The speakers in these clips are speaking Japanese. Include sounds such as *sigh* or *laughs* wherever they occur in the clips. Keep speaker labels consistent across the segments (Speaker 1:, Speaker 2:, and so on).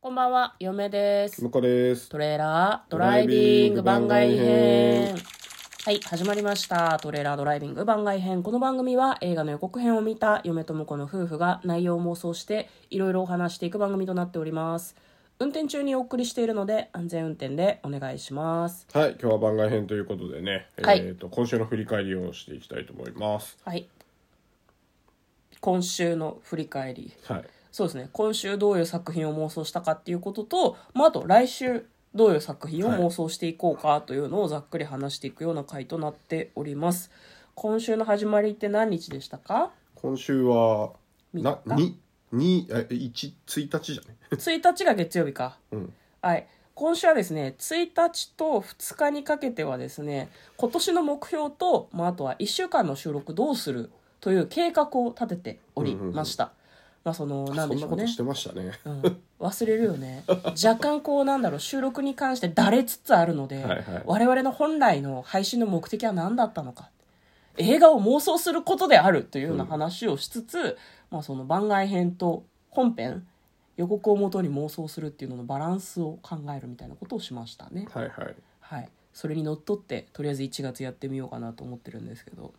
Speaker 1: こんばんは、嫁です。
Speaker 2: 向こうです。
Speaker 1: トレーラードライビング番外編。はい、始まりました。トレーラードライビング番外編。この番組は映画の予告編を見た嫁と婿の夫婦が内容を妄想していろいろお話していく番組となっております。運転中にお送りしているので安全運転でお願いします。
Speaker 2: はい、今日は番外編ということでね、
Speaker 1: はい
Speaker 2: えーと今週の振り返りをしていきたいと思います。
Speaker 1: はい。今週の振り返り。
Speaker 2: はい、
Speaker 1: そうですね今週どういう作品を妄想したかっていうことと、まあ、あと来週どういう作品を妄想していこうかというのをざっくり話していくような回となっております今週の始まりって何日でした
Speaker 2: *laughs*
Speaker 1: か
Speaker 2: 今週はな
Speaker 1: 三
Speaker 2: 二二え一一日じゃね。
Speaker 1: 1日が月曜日か、
Speaker 2: ん
Speaker 1: はい今週はですね1日と2日にかけてはですね今年の目標と、まあ、あとは1週間の収録どうするという計画を立てておりました、まあその
Speaker 2: そ
Speaker 1: 何で
Speaker 2: ん
Speaker 1: しょ
Speaker 2: な
Speaker 1: う
Speaker 2: こと
Speaker 1: ね
Speaker 2: してましたね。
Speaker 1: うん忘れるよね若干こうなんだろう収録に関してだれつつあるので、
Speaker 2: はいはい
Speaker 1: 我々の本来の配信の目的は何だったのか映画を妄想することであるというような話をしつつ、まあ、その番外編と本編予告をもとに妄想するっていうののバランスを考えるみたいなことをしましたね。
Speaker 2: はいはい。
Speaker 1: はい、それにのっとってとりあえず1月やってみようかなと思ってるんですけど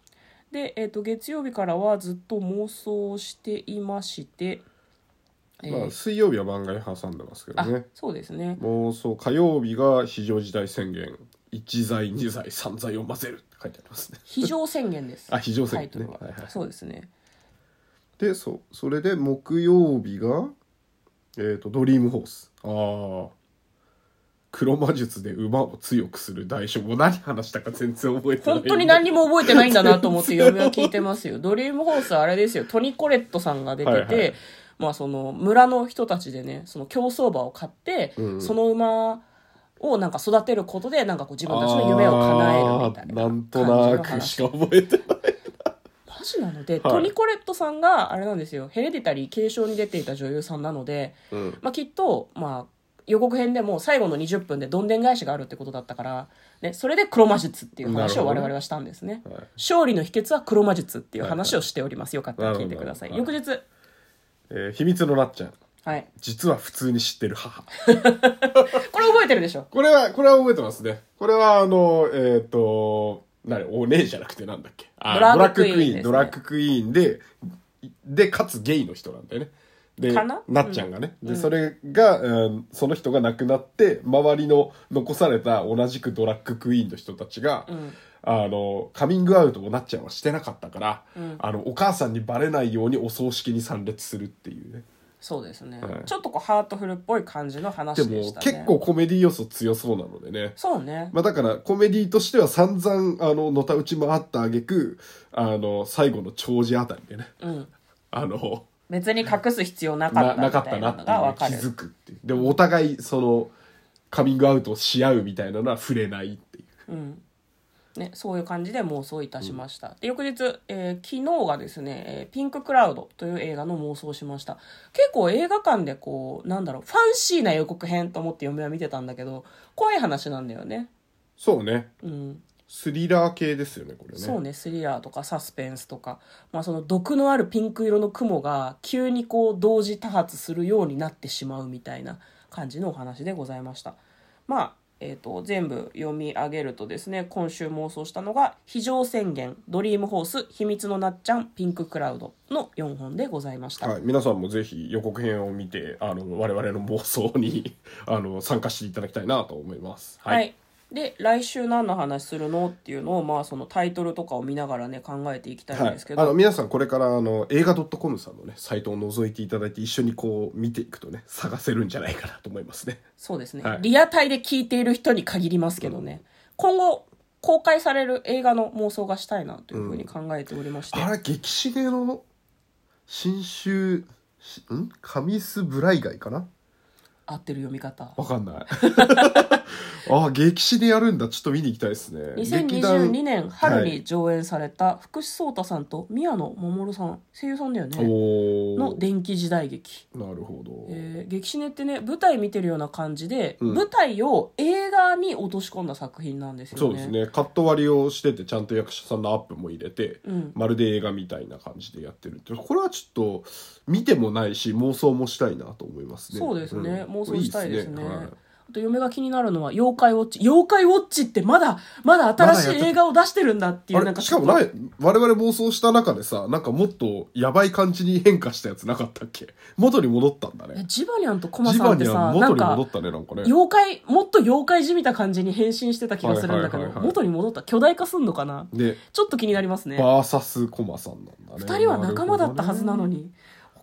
Speaker 1: で、えー、と月曜日からはずっと妄想をしていまして、えー
Speaker 2: まあ水曜日は番外挟んでますけど
Speaker 1: あ
Speaker 2: ね。
Speaker 1: そうですね
Speaker 2: もうそう火曜日が非常事態宣言一罪二罪三罪を混ぜるって書いてありますね。
Speaker 1: 非常宣言です
Speaker 2: *laughs* あ非常宣言ね
Speaker 1: タイトルは
Speaker 2: はいはい
Speaker 1: そうですね
Speaker 2: でそうそれで木曜日がえっ、とドリームホースああ黒魔術で馬を強くする代償もう何話したか全然覚えてない
Speaker 1: 本当に何にも覚えてないんだなと思って嫁は聞いてます
Speaker 2: *laughs*
Speaker 1: よ。ドリームホースあれですよ、トニコレットさんが出てて、
Speaker 2: はいはい
Speaker 1: まあその村の人たちでね、その競走馬を買って、
Speaker 2: うん
Speaker 1: その馬をなんか育てることで、なんかこう自分たちの夢を叶えるみたいな
Speaker 2: あーんとな
Speaker 1: 感
Speaker 2: く
Speaker 1: じ
Speaker 2: しか覚えてない
Speaker 1: マジなので、
Speaker 2: はい
Speaker 1: トニコレットさんがあれなんですよ、ヘレディタリー継承に出ていた女優さんなので、
Speaker 2: うん
Speaker 1: まあ、きっと、まあ、予告編でもう最後の20分でどんでん返しがあるってことだったから、ね、それで黒魔術っていう話を
Speaker 2: な
Speaker 1: 我
Speaker 2: るほどね
Speaker 1: 々はしたんですね。
Speaker 2: はい
Speaker 1: 勝利の秘訣は黒魔術っていう話をしております。よかったら聞いてください。
Speaker 2: なるほ
Speaker 1: 翌
Speaker 2: ど
Speaker 1: 日。
Speaker 2: えー秘密のなっちゃん
Speaker 1: はい。
Speaker 2: 実は普通に知ってる母
Speaker 1: これ覚えてるでしょ
Speaker 2: これはこれは覚えてますねこれはあのえっ、と何お姉じゃなくてなんだっけあ
Speaker 1: ドラッグクイーンですね
Speaker 2: ドラッグクイーンででかつゲイの人なんだよねで
Speaker 1: かな
Speaker 2: っちゃんがね、でそれが、うんその人が亡くなって周りの残された同じくドラッグクイーンの人たちが、
Speaker 1: ん
Speaker 2: あのカミングアウトをなっちゃんはしてなかったから、
Speaker 1: うん
Speaker 2: あのお母さんにバレないようにお葬式に参列するっていうね
Speaker 1: そうですね、
Speaker 2: はい
Speaker 1: ちょっとこうハートフルっぽい感じの
Speaker 2: で
Speaker 1: 話で
Speaker 2: も
Speaker 1: したね。
Speaker 2: 結構。コメディ要素強そうなのでね
Speaker 1: そうね。
Speaker 2: まあだからコメディとしては散々あののたうち回った挙句あの最後の長寿あたりでね
Speaker 1: うん。
Speaker 2: あの
Speaker 1: 別に隠す必要なか
Speaker 2: な
Speaker 1: った
Speaker 2: な
Speaker 1: み
Speaker 2: かったた
Speaker 1: い
Speaker 2: な
Speaker 1: な
Speaker 2: って
Speaker 1: の
Speaker 2: い
Speaker 1: がわか
Speaker 2: う
Speaker 1: る
Speaker 2: のに。気づくっていうでもお互いそのカミングアウトをし合うみたいなのは触れないっていう
Speaker 1: うんね、そういう感じで妄想いたしました、で翌日、えー昨日がですね、えーピンククラウド」という映画の妄想をしました結構映画館でこうなんだろうファンシーな予告編と思って嫁は見てたんだけど怖い話なんだよね
Speaker 2: そうね
Speaker 1: うん
Speaker 2: スリラー系ですよねこれね
Speaker 1: そうねスリラーとかサスペンスとか、まあ、その毒のあるピンク色の雲が急にこう同時多発するようになってしまうみたいな感じのお話でございましたまあ、えー、と全部読み上げるとですね今週妄想したのが「非常宣言」「ドリームホース」「秘密のなっちゃん」「ピンククラウド」の4本でございました、
Speaker 2: はい、皆さんもぜひ予告編を見てあの我々の妄想にあの参加していただきたいなと思います
Speaker 1: はい、で来週何の話するのっていうのを、まあ、そのタイトルとかを見ながらね考えていきたいん
Speaker 2: は
Speaker 1: で
Speaker 2: い
Speaker 1: すけ、ど、
Speaker 2: あの皆さんこれからあの映画 .com さんのねサイトを覗いていただいて一緒にこう見ていくとね探せるんじゃないかなと思いますね
Speaker 1: そうですね、
Speaker 2: はい
Speaker 1: リアタイで聞いている人に限りますけどね、今後公開される映画の妄想がしたいなというふうに考えておりまして、
Speaker 2: *laughs* あれ激しげの新州しんカミスブライガイかな
Speaker 1: 合ってる読み方
Speaker 2: わかんない *laughs* あ激しでやるんだちょっと見に行きたいですね劇団
Speaker 1: 2022年春に上演された福士蒼汰さんと宮野真守さん声優さんだよね
Speaker 2: お
Speaker 1: の
Speaker 2: ー
Speaker 1: 電気時代劇、
Speaker 2: なるほど、
Speaker 1: えー、劇シネってね舞台見てるような感じで、
Speaker 2: うん
Speaker 1: 舞台を映画に落とし込んだ作品なんですよね
Speaker 2: そうですねカット割りをしててちゃんと役者さんのアップも入れて、
Speaker 1: うん
Speaker 2: まるで映画みたいな感じでやってるってこれはちょっと見てもないし妄想もしたいなと思いますね
Speaker 1: そうですね、
Speaker 2: ん
Speaker 1: 妄想したいですね
Speaker 2: いいですねはい
Speaker 1: あと嫁が気になるのは妖怪ウォッチ妖怪ウォッチってまだまだ新しい映画を出してるんだっていう
Speaker 2: あ
Speaker 1: なん
Speaker 2: れ
Speaker 1: か
Speaker 2: しかもない我々妄想した中でさなんかもっとやばい感じに変化したやつなかったっけ元に戻ったんだ
Speaker 1: え
Speaker 2: ね
Speaker 1: ジバニャンとコマ
Speaker 2: ジ
Speaker 1: さん
Speaker 2: バ
Speaker 1: って
Speaker 2: ニ
Speaker 1: さ
Speaker 2: ャン
Speaker 1: な
Speaker 2: 元
Speaker 1: ん
Speaker 2: に戻
Speaker 1: か
Speaker 2: ったねなんかね
Speaker 1: 妖怪もっと妖怪じみた感じに変身してた気がするんだけど
Speaker 2: はいはいはいはい
Speaker 1: 元に戻った巨大化すんのかな
Speaker 2: で
Speaker 1: ちょっと気になりますね
Speaker 2: バーサスコマさんなんだね
Speaker 1: 二人は仲間だったはずなの
Speaker 2: に
Speaker 1: に、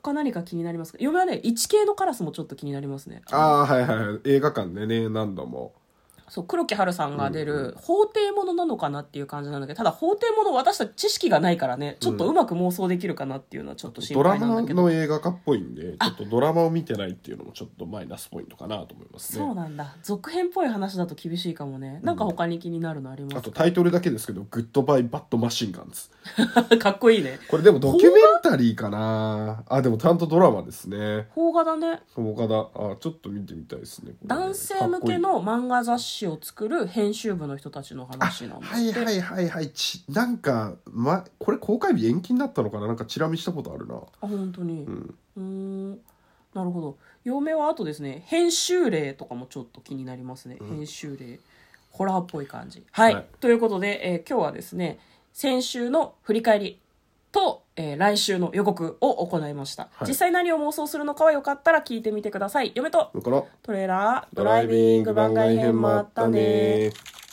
Speaker 1: 他何か気になりますか嫁はね一系のカラスもちょっと気になりますね
Speaker 2: ああーはいはいはい映画館でね何度も
Speaker 1: そう黒木華さんが出
Speaker 2: うんう
Speaker 1: る法廷ものなのかなっていう感じなんだけどただ法廷もの私たち知識がないからねちょっとうまく妄想できるかなっていうのはちょっと心
Speaker 2: ドラ
Speaker 1: 配なん
Speaker 2: マ
Speaker 1: だけど
Speaker 2: の映画化っぽいんでちょっとドラマを見てないっていうのもちょっとマイナスポイントかなと思います
Speaker 1: そう
Speaker 2: ね
Speaker 1: なんだ続編っぽい話だと厳しいかもねなんか他に気になるのありま
Speaker 2: あ
Speaker 1: す
Speaker 2: とタイトルだけですけど「グッドバイ・バッド・マシンガンズ
Speaker 1: *laughs* かかっこいいね」
Speaker 2: これでもドキュメンタリーかなあでもちゃんとドラマですね
Speaker 1: 邦画だね
Speaker 2: 岡田あちょっと見てみたいですねこれね
Speaker 1: 男性向けの漫画雑誌を作る編集部の人たちの
Speaker 2: かっ
Speaker 1: 話なん
Speaker 2: こ
Speaker 1: だ
Speaker 2: いいあはいはいはいはいちなんか、ま、これ公開日延期になったのかななんかチラ見したことあるな
Speaker 1: あ本当に
Speaker 2: ん
Speaker 1: うーんなるほど嫁はあとですね編集例とかもちょっと気になりますね、編集例ホラーっぽい感じはい、
Speaker 2: はい
Speaker 1: ということで、えー今日はですね先週の振り返りと、えー来週の予告を行いました、
Speaker 2: はい
Speaker 1: 実際何を妄想するのかはよかったら聞いてみてください嫁と
Speaker 2: だから
Speaker 1: トレーラード
Speaker 2: ド
Speaker 1: ラ
Speaker 2: ラ
Speaker 1: イ
Speaker 2: イ
Speaker 1: ビ
Speaker 2: ビ
Speaker 1: ン
Speaker 2: ン
Speaker 1: グ
Speaker 2: グ
Speaker 1: 番
Speaker 2: 番
Speaker 1: 外
Speaker 2: 外
Speaker 1: 編
Speaker 2: 編
Speaker 1: も
Speaker 2: も
Speaker 1: あ
Speaker 2: あ
Speaker 1: っ
Speaker 2: ったた
Speaker 1: ね
Speaker 2: ね